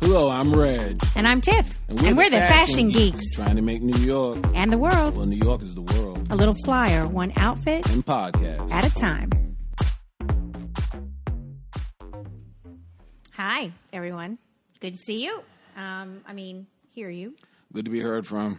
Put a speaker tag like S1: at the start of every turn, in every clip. S1: Hello, I'm Reg.
S2: And I'm Tiff. And we're the Fashion Geeks.
S1: Trying to make New York,
S2: And the world,
S1: well, New York is the world,
S2: a little flyer, one outfit
S1: and podcast.
S2: at a time. Hi, everyone. Good to see you. Um, I mean, hear you.
S1: Good to be heard from.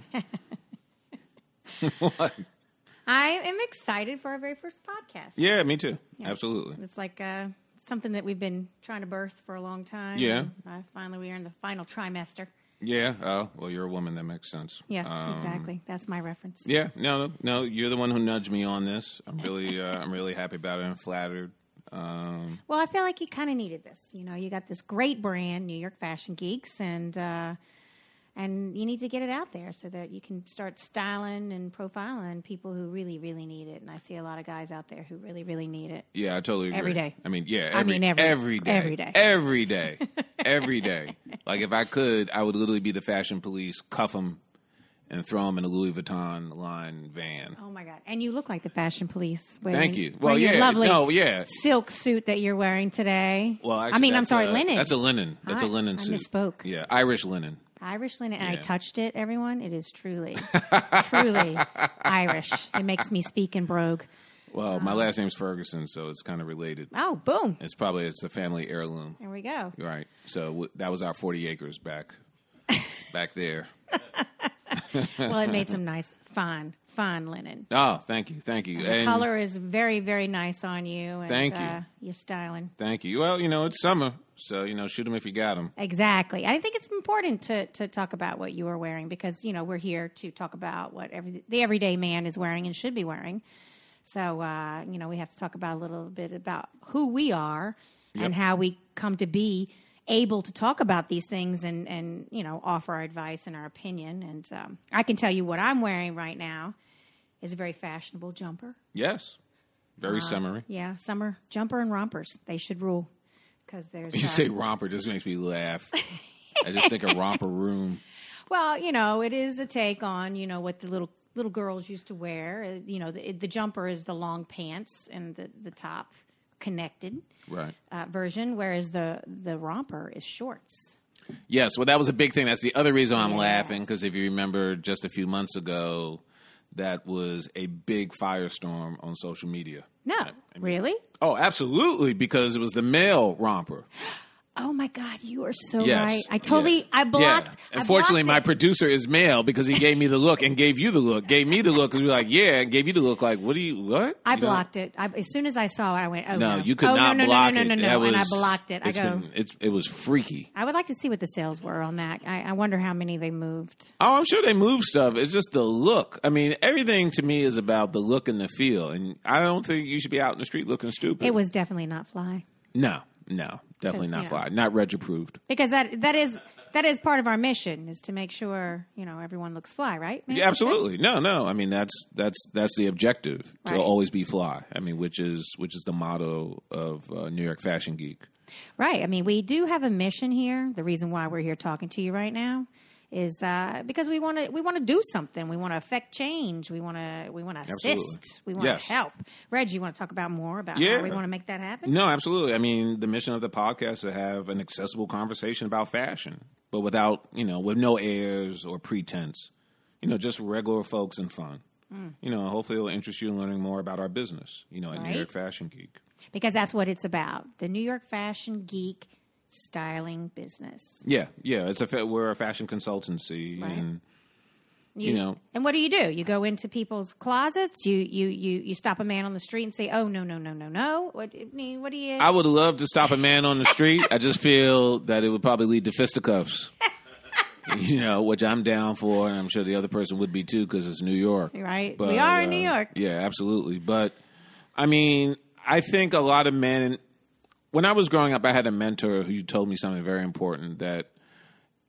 S2: I am excited for our very first podcast.
S1: Yeah, me too. Absolutely.
S2: It's like uh, something that we've been trying to birth for a long time.
S1: Yeah.
S2: And, uh, finally, we are in the final trimester.
S1: Yeah. Oh, well, you're a woman. That makes sense.
S2: Yeah,
S1: Um,
S2: exactly. That's my reference.
S1: Yeah. No, no, no. You're the one who nudged me on this. I'm really, uh, I'm really happy about it. and flattered. Um,
S2: Well, I feel like you kind of needed this. You know, you got this great brand, New York Fashion Geeks, and uh, and you need to get it out there so that you can start styling and profiling people who really, really need it. And I see a lot of guys out there who really, really need it.
S1: yeah, I totally agree.
S2: Every day.
S1: I mean, yeah. Every,
S2: I mean, every-
S1: every day.
S2: every day.
S1: Every day. every day. Like if I could, I would literally be the fashion police, cuff them, and throw them in a Louis Vuitton line van.
S2: Oh my God! And you look like the fashion police. Wearing,
S1: Thank you. Well,
S2: wearing
S1: yeah.
S2: Your lovely
S1: No, yeah.
S2: Silk suit that you're wearing today.
S1: Well, actually,
S2: I mean, I'm
S1: that's
S2: sorry,
S1: a-
S2: linen.
S1: That's a linen. That's
S2: I-
S1: a linen
S2: I
S1: suit.
S2: misspoke.
S1: Yeah, Irish linen.
S2: Irish linen, and
S1: Yeah.
S2: I touched it. Everyone, it is truly, truly Irish. It makes me speak in brogue.
S1: Well, my last name's Ferguson, so it's kind of related.
S2: Oh, boom!
S1: It's probably it's a family heirloom,
S2: There we go.
S1: right? So w- that was our forty acres back, back there.
S2: well, it made some nice, fine, fine linen.
S1: Oh, thank you, thank you,
S2: The
S1: and
S2: color is very, very nice on you. And,
S1: Thank you.
S2: Uh, your styling.
S1: thank you. Well, you know it's summer, so you know shoot them if you got them.
S2: Exactly. I think it's important to, to talk about what you are wearing because, you know, we're here to talk about what every, the everyday man is wearing and should be wearing. So, uh, you know, we have to talk about a little bit about who we are and how we come to be able to talk about these things and, and you know, offer our advice and our opinion. And um, I can tell you what I'm wearing right now is a very fashionable jumper.
S1: Yes, very summery.
S2: Yeah, summer jumper and rompers. They should rule because there's.
S1: You
S2: uh,
S1: say romper just makes me laugh. I just think of romper room.
S2: uh, well, you know, it is a take on you know what the little little girls used to wear. Uh, You know, the, the jumper is the long pants and the the top connected
S1: Right.
S2: uh, version, whereas the the romper is shorts.
S1: Yes, well, that was a big thing. That's the other reason I'm 'cause laughing
S2: Yes.
S1: because if you remember, just a few months ago, that was a big firestorm on social media.
S2: No, really.
S1: Oh, absolutely, because it was the male romper.
S2: Oh my God, you are so
S1: Yes,
S2: right. I totally,
S1: yes.
S2: I blocked.
S1: Yeah.
S2: I
S1: Unfortunately, my
S2: blocked it.
S1: producer is male because he gave me the look and gave you the look, gave me the look because we were like, yeah, and gave you the look like, what do you what?
S2: I
S1: You know?
S2: blocked it. I, as soon as I saw it, I went, "Oh
S1: No,
S2: no,
S1: you could
S2: oh,
S1: not
S2: no, no,
S1: block
S2: no, no, no,
S1: it.
S2: no,
S1: That
S2: no." And I
S1: was-
S2: blocked it. I
S1: it's
S2: go,
S1: been- it's, it was freaky.
S2: I would like to see what the sales were on that. I, I wonder how many they moved.
S1: Oh, I'm sure they move stuff. It's just the look. I mean, everything to me is about the look and the feel. And I don't think you should be out in the street looking stupid.
S2: It was definitely not fly
S1: no, no, definitely
S2: Because,
S1: not
S2: yeah.
S1: fly. Not reg approved.
S2: because that that is that is part of our mission is to make sure you know everyone looks fly, right? man?
S1: Yeah, absolutely. No, no. I mean, that's that's that's the objective to
S2: Right.
S1: always be fly. I mean, which is which is the motto of uh, New York Fashion Geek.
S2: Right. I mean, we do have a mission here. The reason why we're here talking to you right now is uh, because we want to we want to do something. We want to affect change. We want to we want to assist.
S1: Absolutely.
S2: We want to
S1: Yes.
S2: help. Reg, you want to talk about more about
S1: Yeah.
S2: how we want to make that happen?
S1: No, absolutely. I mean, the mission of the podcast is to have an accessible conversation about fashion, but without, you know, with no airs or pretense. You know, just regular folks and fun.
S2: Mm.
S1: You know, hopefully it'll interest you in learning more about our business, you know, at New
S2: Right.
S1: York Fashion Geek.
S2: Because that's what it's about. The New York fashion geek styling business.
S1: Yeah, yeah. It's a fa- we're a fashion consultancy
S2: Right.
S1: and You know.
S2: And what do you do? You go into people's closets. You you you you stop a man on the street and say, "Oh no no no no no." What I mean, what do you?
S1: I would love to stop a man on the street. I just feel that it would probably lead to fisticuffs. you know, which I'm down for, and I'm sure the other person would be too because it's New York. uh,
S2: Right. We are in New York.
S1: Yeah, absolutely. But I mean, I think a lot of men. When I was growing up, I had a mentor who told me something very important that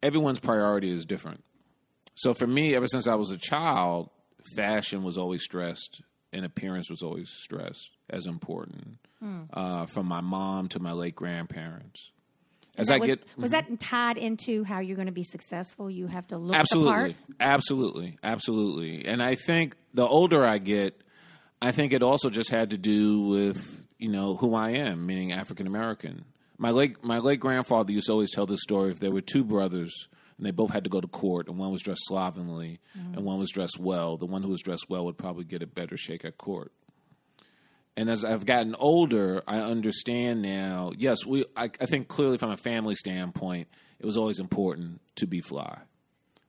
S1: everyone's priority is different. So for me, ever since I was a child, fashion was always stressed and appearance was always stressed as important.
S2: Hmm.
S1: Uh, from my mom to my late grandparents. As I
S2: was,
S1: get Mm-hmm.
S2: was that tied into how you're going to be successful? You have to look the part.
S1: absolutely, absolutely, absolutely. And I think the older I get, I think it also just had to do with you know who I am, meaning African American. My late my late grandfather used to always tell this story. If there were two brothers and they both had to go to court, and one was dressed slovenly
S2: Mm.
S1: and one was dressed well, the one who was dressed well would probably get a better shake at court. And as I've gotten older, I understand now. Yes, we. I, I think clearly from a family standpoint, it was always important to be fly,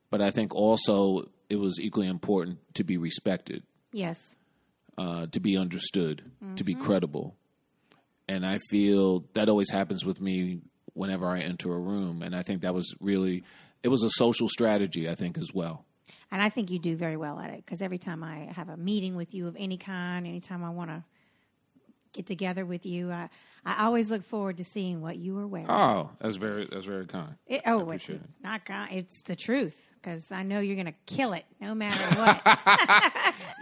S1: but I think also it was equally important to be respected
S2: Yes.
S1: uh, to be understood, to
S2: Mm-hmm.
S1: be credible. And I feel that always happens with me whenever I enter a room. And I think that was really, it was a social strategy, I think, as well.
S2: And I think you do very well at it because every time I have a meeting with you of any kind, anytime I want to get together with you, I, I always look forward to seeing what you are wearing.
S1: Oh, that's very, that's very kind.
S2: It, oh, it's
S1: appreciate it.
S2: not con- it's the truth because I know you're going to kill it no matter what.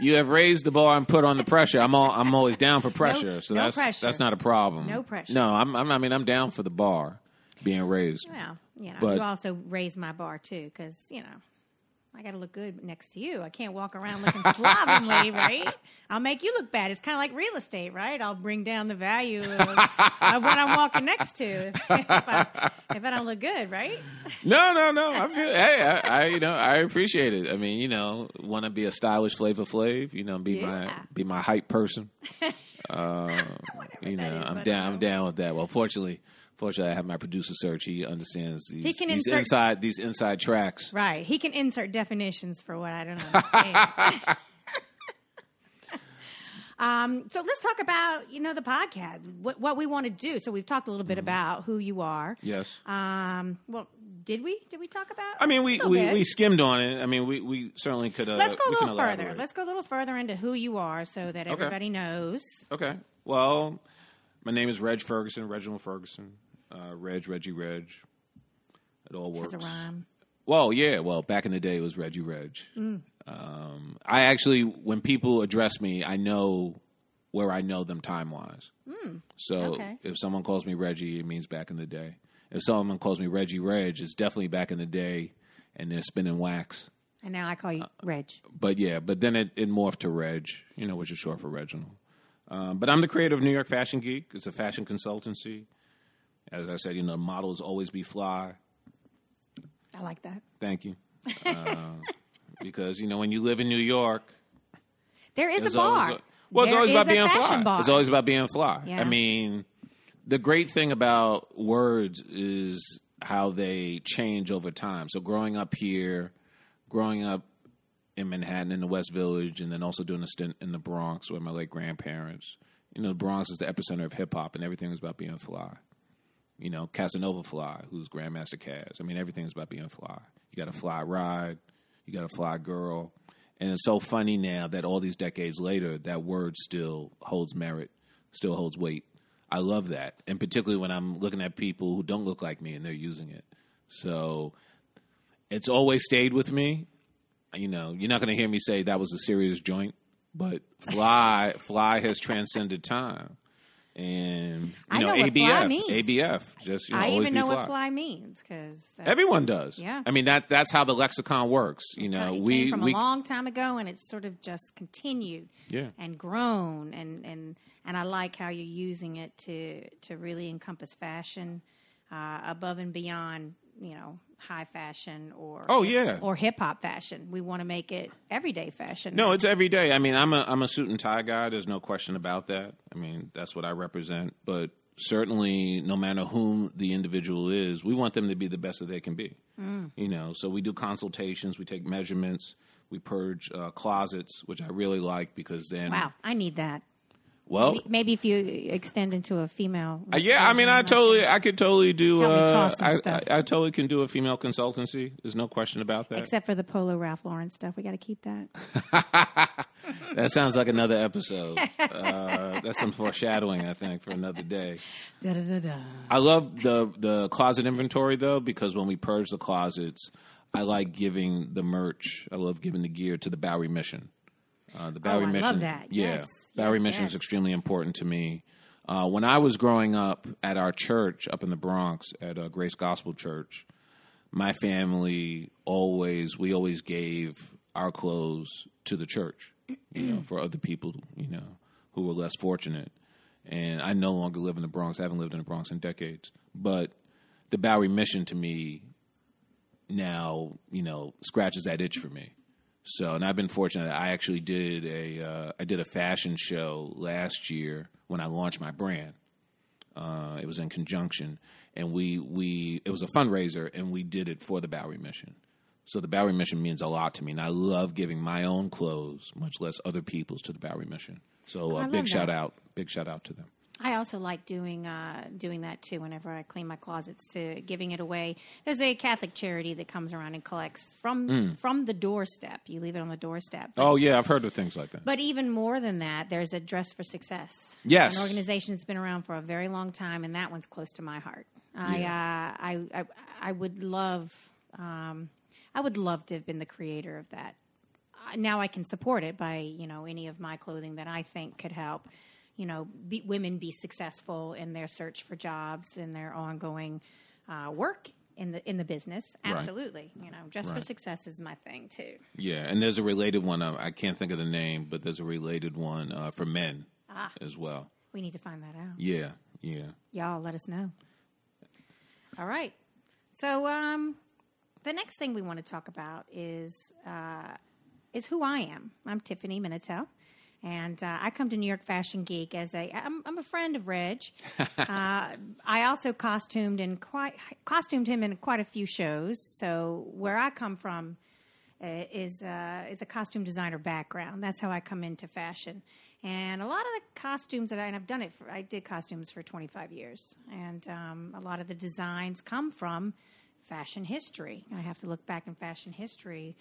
S1: You have raised the bar and put on the pressure. I'm all, I'm always down for pressure. so
S2: no
S1: that's,
S2: pressure.
S1: that's not a problem.
S2: No pressure.
S1: No, I'm, I'm, I mean, I'm down for the bar being raised.
S2: well, you know,
S1: But-
S2: you also raise my bar too because you know I got to look good next to you. I can't walk around looking slovenly, right? I'll make you look bad. It's kind of like real estate, right? I'll bring down the value of, of what I'm walking next to if, I, if I don't look good, right?
S1: No, no, no. I feel, hey, I, I, you know, I appreciate it. I mean, you know, want to be a stylish flavor flav. You know, be my
S2: Yeah.
S1: be my hype person. Uh, you know,
S2: that is,
S1: I'm
S2: I
S1: down.
S2: don't
S1: I'm down with that. Well, fortunately, fortunately, I have my producer search. He understands these,
S2: can
S1: these
S2: insert-
S1: inside these inside tracks.
S2: Right. He can insert definitions for what I don't understand. um, so let's talk about, you know, the podcast, what, what we want to do. So we've talked a little bit about who you are.
S1: Yes.
S2: Um, well, did we? Did we talk about?
S1: I mean,
S2: a
S1: we,
S2: little
S1: we,
S2: bit.
S1: we skimmed on it. I mean, we, we certainly could. Uh,
S2: Let's go a
S1: we can
S2: little further.
S1: elaborate.
S2: Let's go a little further into who you are so that everybody knows.
S1: Okay. Well, my name is Reg Ferguson. Reginald Ferguson. Uh, Reg, Reggie, Reg. It all works.
S2: It's a rhyme.
S1: Well, yeah. Well, back in the day, it was Reggie Reg. Um, I actually, when people address me, I know where I know them time wise. so
S2: okay.
S1: if someone calls me Reggie, it means back in the day. If someone calls me Reggie Reg, it's definitely back in the day, and they're spinning wax.
S2: And now I call
S1: Uh,
S2: you Reg.
S1: But yeah, but then it, it morphed to Reg, you know, which is short for Reginald. Um, but I'm the creator of New York Fashion Geek. It's a fashion consultancy. As I said, you know, models always be fly.
S2: I like that.
S1: Thank you. Uh, because, you know, when you live in New York,
S2: There is
S1: it's
S2: a bar.
S1: always. well, it's
S2: There
S1: always
S2: is
S1: about
S2: a
S1: being fly.
S2: fashion bar.
S1: It's always about being fly.
S2: Yeah.
S1: I mean, the great thing about words is how they change over time. So growing up here, growing up in Manhattan in the West Village, and then also doing a stint in the Bronx with my late grandparents. You know, the Bronx is the epicenter of hip hop, and everything was about being fly. You know, Casanova Fly, who's Grandmaster Cas. I mean, everything's about being fly. You got a fly ride, you got a fly girl. And it's so funny now that all these decades later, that word still holds merit, still holds weight. I love that. And particularly when I'm looking at people who don't look like me and they're using it. So it's always stayed with me. You know, you're not going to hear me say that was a serious joint, but fly, fly has transcended time. And you
S2: I know what
S1: ABF,
S2: fly means.
S1: ABF, just you know,
S2: I
S1: always
S2: even
S1: be
S2: know
S1: fly.
S2: what fly means because
S1: Everyone does.
S2: Yeah.
S1: I mean that that's how the lexicon works. You know,
S2: it
S1: uh, we
S2: came from
S1: we
S2: a long time ago, and it's sort of just continued
S1: Yeah.
S2: and grown, and and and I like how you're using it to to really encompass fashion uh, above and beyond, you know, high fashion or
S1: Oh, yeah.
S2: or hip hop fashion. We want to make it everyday fashion.
S1: No, it's every day. I mean, I'm a I'm a suit and tie guy. There's no question about that. I mean, that's what I represent. But certainly, no matter whom the individual is, we want them to be the best that they can be.
S2: Mm.
S1: You know, so we do consultations, we take measurements, we purge uh, closets, which I really like because then,
S2: wow, I need that.
S1: well,
S2: Maybe if you extend into a female,
S1: Oh. Uh, Yeah, I mean, I totally, I could totally do.
S2: Help me
S1: Uh,
S2: toss some
S1: I,
S2: stuff.
S1: I, I totally can do a female consultancy. There's no question about that.
S2: except for the Polo Ralph Lauren stuff, we got to keep that.
S1: that sounds like another episode. uh, that's some foreshadowing, I think, for another day.
S2: da, da, da, da.
S1: I love the the closet inventory though because when we purge the closets, I like giving the merch. I love giving the gear to the Bowery Mission. Uh, the Bowery
S2: Oh, I love
S1: Mission,
S2: that.
S1: yeah,
S2: Yes,
S1: Bowery
S2: yes,
S1: Mission
S2: yes.
S1: is extremely important to me. Uh, when I was growing up at our church up in the Bronx at uh, Grace Gospel Church, my family always we always gave our clothes to the church, you know, for other people, you know, who were less fortunate. and I no longer live in the Bronx. I haven't lived in the Bronx in decades. But the Bowery Mission to me now, you know, scratches that itch for me. So, and I've been fortunate. I actually did a uh, I did a fashion show last year when I launched my brand. Uh, it was in conjunction, and we we it was a fundraiser, and we did it for the Bowery Mission. So the Bowery Mission means a lot to me, and I love giving my own clothes, much less other people's, to the Bowery Mission. So
S2: I
S1: uh,
S2: love
S1: big
S2: that.
S1: shout out, big shout out to them.
S2: I also like doing uh, doing that too. Whenever I clean my closets, to giving it away. There's a Catholic charity that comes around and collects from
S1: Hmm.
S2: from the doorstep. You leave it on the doorstep.
S1: Oh yeah, I've heard of things like that.
S2: But even more than that, there's a Dress for Success.
S1: Yes.
S2: An organization that's been around for a very long time, and that one's close to my heart. I, uh, I, I, I would love, um, I would love to have been the creator of that. Uh, now I can support it by, you know, any of my clothing that I think could help, you know, be, women be successful in their search for jobs and their ongoing uh, work in the in the business.
S1: Right.
S2: Absolutely, you know, Dress for
S1: Right.
S2: Success is my thing too.
S1: Yeah, and there's a related one. uh, I can't think of the name, but there's a related one uh, for men
S2: Ah.
S1: as well.
S2: We need to find that out.
S1: Yeah, yeah.
S2: Mm. y'all let us know all right so um the next thing we want to talk about is uh is who i am i'm tiffany minatel and uh, I come to New York Fashion Geek as a I'm, I'm a friend of Reg. uh, I also costumed in quite costumed him in quite a few shows. So where I come from, uh, is uh, is a costume designer background. That's how I come into fashion. And a lot of the costumes that I and I've done it. For, I did costumes for 25 years, and um, a lot of the designs come from fashion history. I have to look back in fashion history,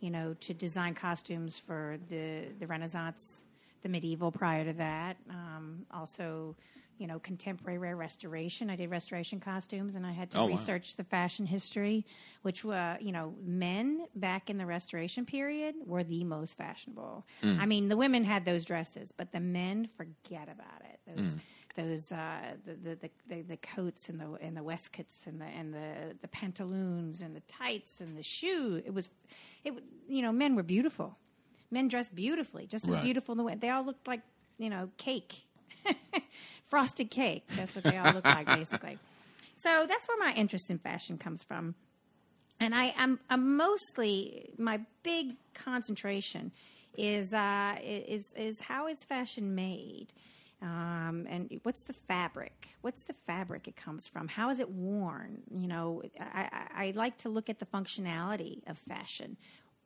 S2: you know, to design costumes for the the Renaissance, the medieval prior to that. Um, also, you know, contemporary restoration. I did restoration costumes, and I had to
S1: Oh, wow.
S2: research research the fashion history, which were, you know, men back in the restoration period were the most fashionable. I mean, the women had those dresses, but the men forget about it. Those, those, uh, the, the, the, the, the coats and the, and the waistcoats and the, and the, the pantaloons and the tights and the shoe. It was, it, w- you know, men were beautiful. Men dressed beautifully, just as
S1: Right.
S2: beautiful in the way they all looked like, you know, cake frosted cake. That's what they all look like, basically. So that's where my interest in fashion comes from. And I, I'm, I'm mostly my big concentration is uh, is is how is fashion made, um, and what's the fabric? What's the fabric it comes from? How is it worn? You know, I, I, I like to look at the functionality of fashion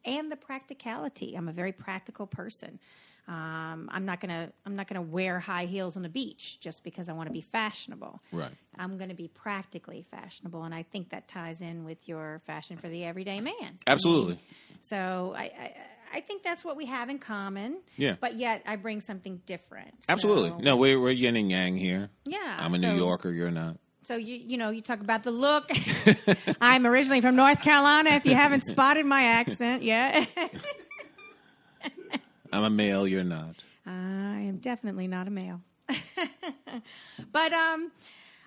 S2: and the practicality. I'm a very practical person. Um, I'm not gonna I'm not gonna wear high heels on the beach just because I want to be fashionable.
S1: Right.
S2: I'm gonna be practically fashionable, and I think that ties in with your fashion for the everyday man.
S1: Absolutely.
S2: So I. I I think that's what we have in common.
S1: Yeah.
S2: But yet I bring something different.
S1: Absolutely.
S2: So-
S1: No, we're, we're yin and yang here.
S2: Yeah,
S1: I'm a
S2: so-
S1: New Yorker. You're not.
S2: So you you know you talk about the look. I'm originally from North Carolina. If you haven't spotted my accent yet,
S1: I'm a male. You're not.
S2: I am definitely not a male. but um,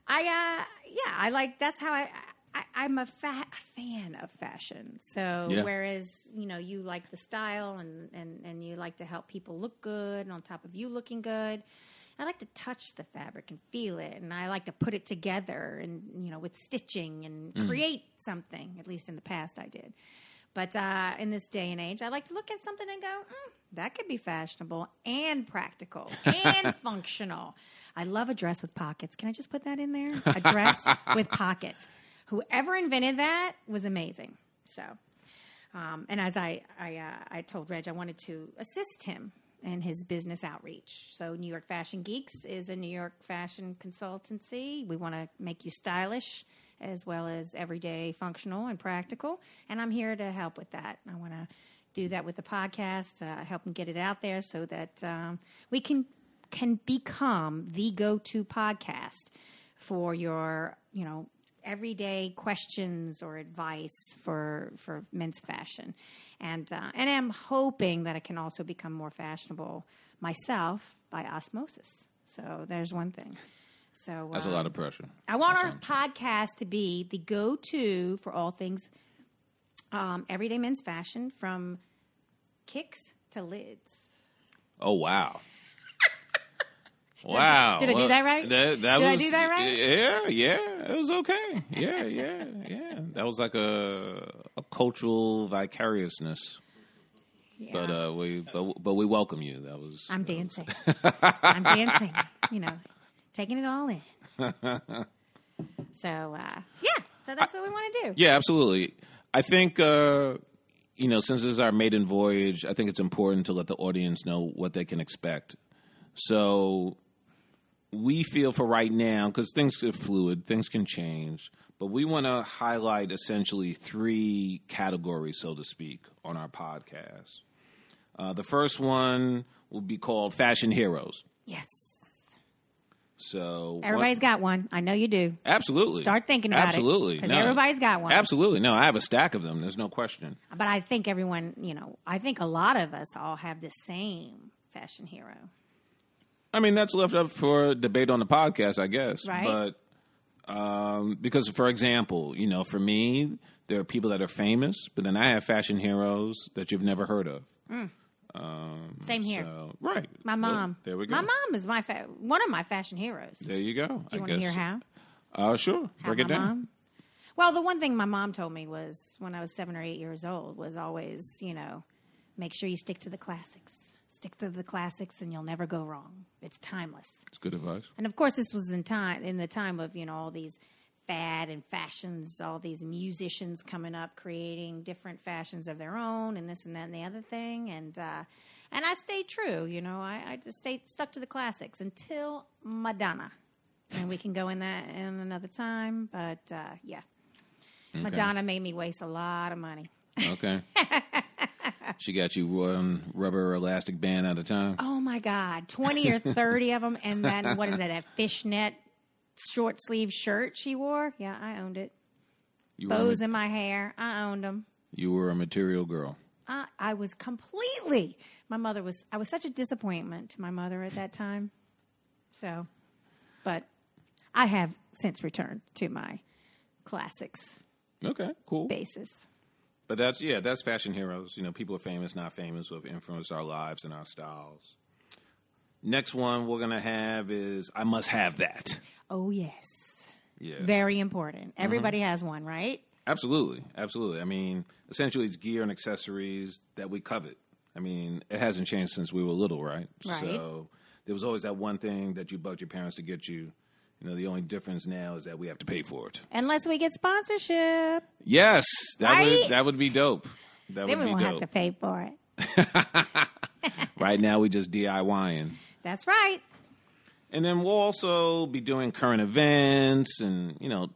S2: I uh, yeah, I like that's how I. I, I'm a, fa- a fan of fashion, so
S1: Yeah.
S2: whereas you know you like the style and, and and you like to help people look good, and on top of you looking good, I like to touch the fabric and feel it, and I like to put it together and you know with stitching and create something. At least in the past, I did. But uh, in this day and age, I like to look at something and go, mm, that could be fashionable and practical and functional. I love a dress with pockets. Can I just put that in there? A dress with pockets. Whoever invented that was amazing. So, um, and as I, I, uh, I told Reg, I wanted to assist him in his business outreach. So, New York Fashion Geeks is a New York fashion consultancy. We want to make you stylish as well as everyday functional and practical. And I'm here to help with that. I want to do that with the podcast, uh, help him get it out there so that um, we can can become the go-to podcast for your, you know, everyday questions or advice for for men's fashion, and uh, and I'm hoping that I can also become more fashionable myself by osmosis. So there's one thing. So uh,
S1: That's a lot of pressure.
S2: I want our podcast to be the go-to for all things um, everyday men's fashion, from kicks to lids.
S1: Oh wow. Wow.
S2: Did I do
S1: Well,
S2: that right?
S1: That, that
S2: Did I
S1: was,
S2: do that right?
S1: Yeah, yeah. It was okay. Yeah, yeah, yeah. That was like a a cultural vicariousness. But
S2: Yeah.
S1: uh, we but, but we welcome you. That was
S2: I'm dancing. I'm dancing. You know, taking it all in. So uh, yeah, so that's what we want to do.
S1: Yeah, absolutely. I think uh, you know, since this is our maiden voyage, I think it's important to let the audience know what they can expect. So we feel for right now because things are fluid, things can change, but we want to highlight essentially three categories, so to speak, on our podcast. Uh, the first one will be called Fashion Heroes.
S2: Yes,
S1: So one-
S2: everybody's got one. I know you do.
S1: absolutely
S2: Start thinking about
S1: absolutely
S2: it. because everybody's got one.
S1: Absolutely, no, I have a stack of them. There's no question.
S2: But I think everyone, you know, I think a lot of us all have the same fashion hero.
S1: I mean, that's left up for debate on the podcast, I guess.
S2: Right.
S1: But um, because, for example, you know, for me, there are people that are famous, but then I have fashion heroes that you've never heard of.
S2: Same here.
S1: So, right.
S2: my
S1: Well,
S2: mom.
S1: there we go.
S2: My mom is my fa- one of my fashion heroes. Do
S1: There you go. I
S2: you want
S1: guess.
S2: to hear how?
S1: Uh, sure.
S2: How
S1: Break
S2: my
S1: it down.
S2: Mom, well, the one thing my mom told me was when I was seven or eight years old was always, you know, make sure you stick to the classics. Stick to the classics, and you'll never go wrong. It's timeless.
S1: It's good advice.
S2: And of course, this was in time in the time of you know all these fad and fashions, all these musicians coming up, creating different fashions of their own, and this and that and the other thing. And uh, and I stayed true, you know. I, I just stayed stuck to the classics until Madonna, and we can go in that in another time. But uh, yeah, Madonna made me waste a lot of money.
S1: Okay. she got you one rubber elastic band at a time.
S2: Oh my God, 20 or 30 of them. And then, what is that, that fishnet short sleeve shirt she wore? Yeah, I owned it.
S1: You were, a,
S2: bows
S1: ma-
S2: in my hair. I owned them.
S1: you were a material girl.
S2: I, I was completely. My mother was. I was such a disappointment to my mother at that time. So, but I have since returned to my classics
S1: Okay, cool.
S2: basis.
S1: But that's yeah, that's fashion heroes. You know, people are famous, not famous, who have influenced our lives and our styles. Next one we're gonna have is I must have that.
S2: Oh yes,
S1: Yeah, Mm-hmm.
S2: very important. Everybody has one, right?
S1: absolutely, absolutely. I mean, essentially, it's gear and accessories that we covet. I mean, it hasn't changed since we were little, right?
S2: Right.
S1: So there was always that one thing that you bugged your parents to get you. You know, the only difference now is that we have to pay for it.
S2: Unless we get sponsorship,
S1: Yes, that
S2: Right?
S1: would that would be dope. That would
S2: then we
S1: be
S2: won't have
S1: dope.
S2: to pay for it.
S1: Right now, we just DIYing.
S2: That's right.
S1: And then we'll also be doing current events and, you know,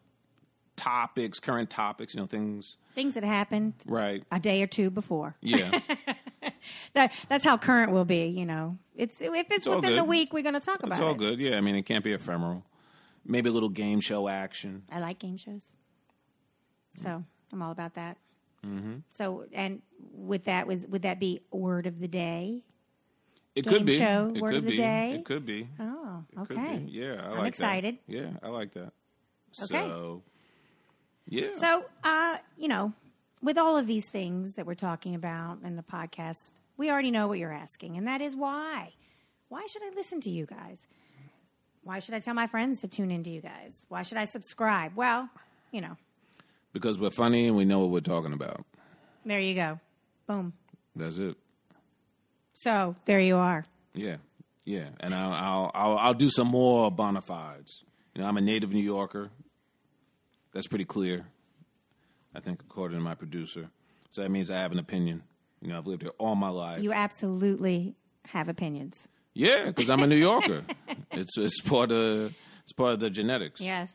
S1: topics, current topics, you know, things.
S2: Things that happened
S1: Right.
S2: a day or two before.
S1: Yeah.
S2: That, that's how current we'll be. You know, it's if it's,
S1: all
S2: within the
S1: good.
S2: week, we're going to talk about
S1: it's all
S2: it.
S1: good. Yeah. I mean, it can't be ephemeral. Maybe a little game show action.
S2: I like game shows.
S1: Mm-hmm.
S2: So I'm all about that. Mm-hmm. So and with that was would that be word of the day?
S1: It
S2: Game
S1: could be.
S2: show,
S1: it
S2: word
S1: could
S2: of the
S1: be.
S2: day.
S1: It could be.
S2: Oh,
S1: Could
S2: okay.
S1: be. Yeah. I like
S2: excited.
S1: That. Yeah. I like that. So, yeah.
S2: So uh, you know, with all of these things that we're talking about in the podcast, we already know what you're asking, and that is why. Why should I listen to you guys? Why should I tell my friends to tune into you guys? Why should I subscribe? Well, you know,
S1: because we're funny and we know what we're talking about.
S2: there you go. Boom.
S1: That's it.
S2: So there you are.
S1: Yeah, yeah, and I'll I'll I'll, I'll do some more bona fides. You know, I'm a native New Yorker. That's pretty clear, I think, according to my producer. So that means I have an opinion. You know, I've lived here all my life.
S2: You absolutely have opinions.
S1: yeah, because I'm a New Yorker. it's it's part of it's part of the genetics.
S2: Yes.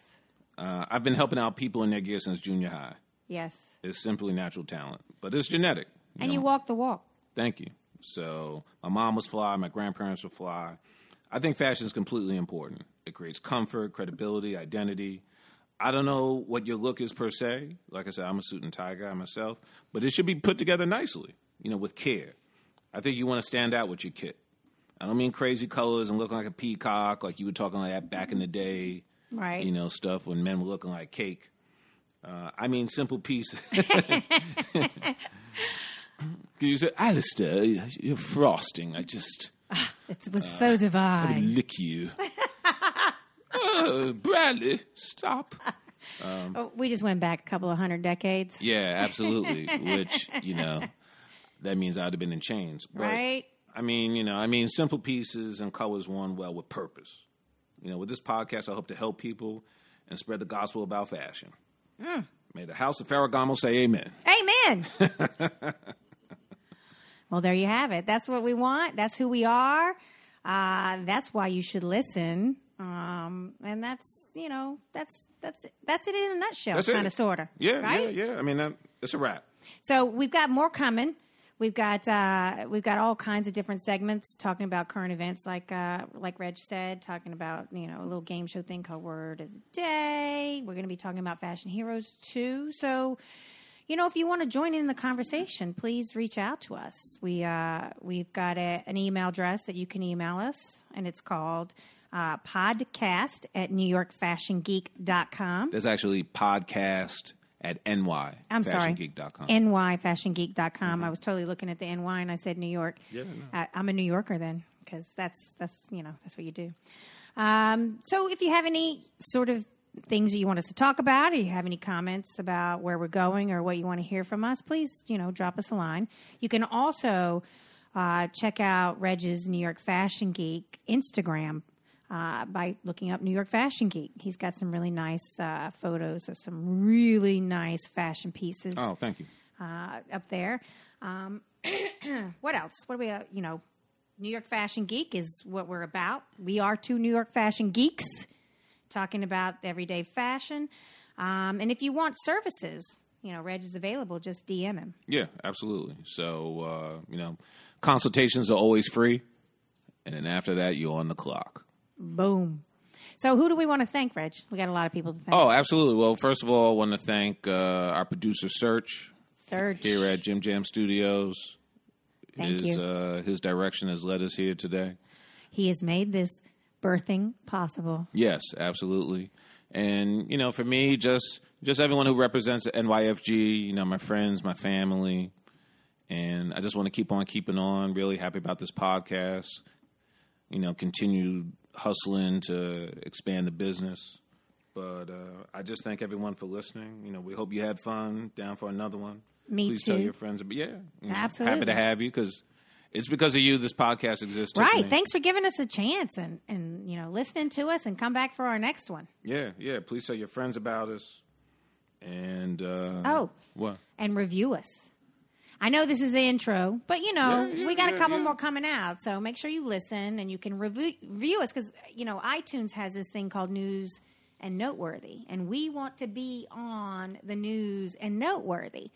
S1: Uh, I've been helping out people in their gear since junior high.
S2: Yes.
S1: It's simply natural talent, but it's genetic.
S2: And you walk the walk.
S1: Thank you. So my mom was fly, my grandparents were fly. I think fashion is completely important. It creates comfort, credibility, identity. I don't know what your look is per se. Like I said, I'm a suit and tie guy myself, but it should be put together nicely, you know, with care. I think you want to stand out with your kit. I don't mean crazy colors and looking like a peacock, like you were talking like that back in the day,
S2: Right.
S1: you know, stuff when men were looking like cake. Uh, I mean, simple pieces. 'Cause you say, Alistair, you're frosting. uh, I just,
S2: It was so divine.
S1: Lick you. oh, Bradley, stop.
S2: Oh, we just went back a couple of hundred decades,
S1: Yeah, absolutely. Which, you know, that means I'd have been in chains. But,
S2: right?
S1: I mean, you know, I mean, simple pieces and colors worn well with purpose. You know, with this podcast, I hope to help people and spread the gospel about fashion.
S2: Hmm.
S1: May the house of Ferragamo say amen.
S2: Amen. well, there you have it. That's what we want. That's who we are. Uh, that's why you should listen. Um, and that's you know that's that's that's it in a nutshell,
S1: That's it.
S2: kind of sorta.
S1: Yeah,
S2: right?
S1: yeah, yeah. I mean, that, it's a wrap.
S2: So we've got more coming. We've got uh, we've got all kinds of different segments talking about current events, like uh, like Reg said, talking about you know a little game show thing called Word of the Day. We're going to be talking about fashion heroes too. So, you know, if you want to join in the conversation, please reach out to us. We uh, we've got a, an email address that you can email us, and it's called uh, podcast at newyorkfashiongeek.com.
S1: There's actually podcast at ny.
S2: I'm sorry.
S1: fashiongeek.com.
S2: nyfashiongeek.com. dot com. I was totally looking at the NY and I said New York.
S1: Yeah, no.
S2: I, I'm a New Yorker then because that's that's you know that's what you do. Um, so if you have any sort of things that you want us to talk about, or you have any comments about where we're going or what you want to hear from us, please you know drop us a line. You can also uh, check out Reg's New York Fashion Geek Instagram uh, by looking up New York Fashion Geek. He's got some really nice uh, photos of some really nice fashion pieces
S1: oh, thank you.
S2: uh, up there. Um, what else? What do we, uh, you know, New York Fashion Geek is what we're about. We are two New York Fashion Geeks talking about everyday fashion. Um, and if you want services, you know, Reg is available. Just DM him.
S1: Yeah, absolutely. So, uh, you know, consultations are always free. And then after that, you're on the clock.
S2: Boom. So who do we want to thank, Reg? We got a lot of people to thank.
S1: Oh, absolutely. Well, first of all, I want to thank uh, our producer, Search,
S2: Serge.
S1: here at Jim Jam Studios.
S2: Thank
S1: his,
S2: you.
S1: Uh, his direction has led us here today.
S2: He has made this birthing possible.
S1: Yes, absolutely. And you know, for me, just just everyone who represents NYFG, you know, my friends, my family, and I just want to keep on keeping on. Really happy about this podcast. You know, continue hustling to expand the business. But uh, I just thank everyone for listening. You know, we hope you had fun. Down for another one.
S2: Me
S1: Please tell
S2: too.
S1: your friends. But yeah, you know, Happy
S2: Absolutely.
S1: to have you because it's because of you this podcast exists.
S2: Right.
S1: Tiffany.
S2: Thanks for giving us a chance and, and, you know, listening to us and come back for our next one.
S1: Yeah, yeah. Please tell your friends about us. And uh,
S2: Oh.
S1: what?
S2: and review us. I know this is the intro, but you know,
S1: Yeah, yeah,
S2: we got
S1: yeah,
S2: a couple
S1: yeah.
S2: more coming out. So make sure you listen and you can review, review us because, you know, iTunes has this thing called News and Noteworthy. And we want to be on the News and Noteworthy.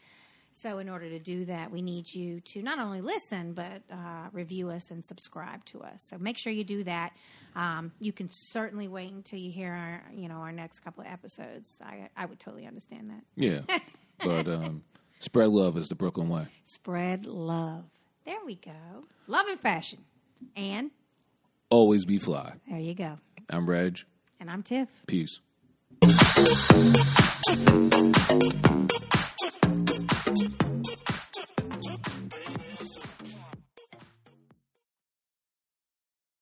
S2: So in order to do that, we need you to not only listen, but uh, review us and subscribe to us. So make sure you do that. Um, you can certainly wait until you hear our, you know, our next couple of episodes. I, I would totally understand that.
S1: Yeah, but um, spread love is the Brooklyn way.
S2: Spread love. There we go. Love and fashion. And
S1: Always be fly.
S2: there you go.
S1: I'm Reg.
S2: And I'm Tiff.
S1: Peace.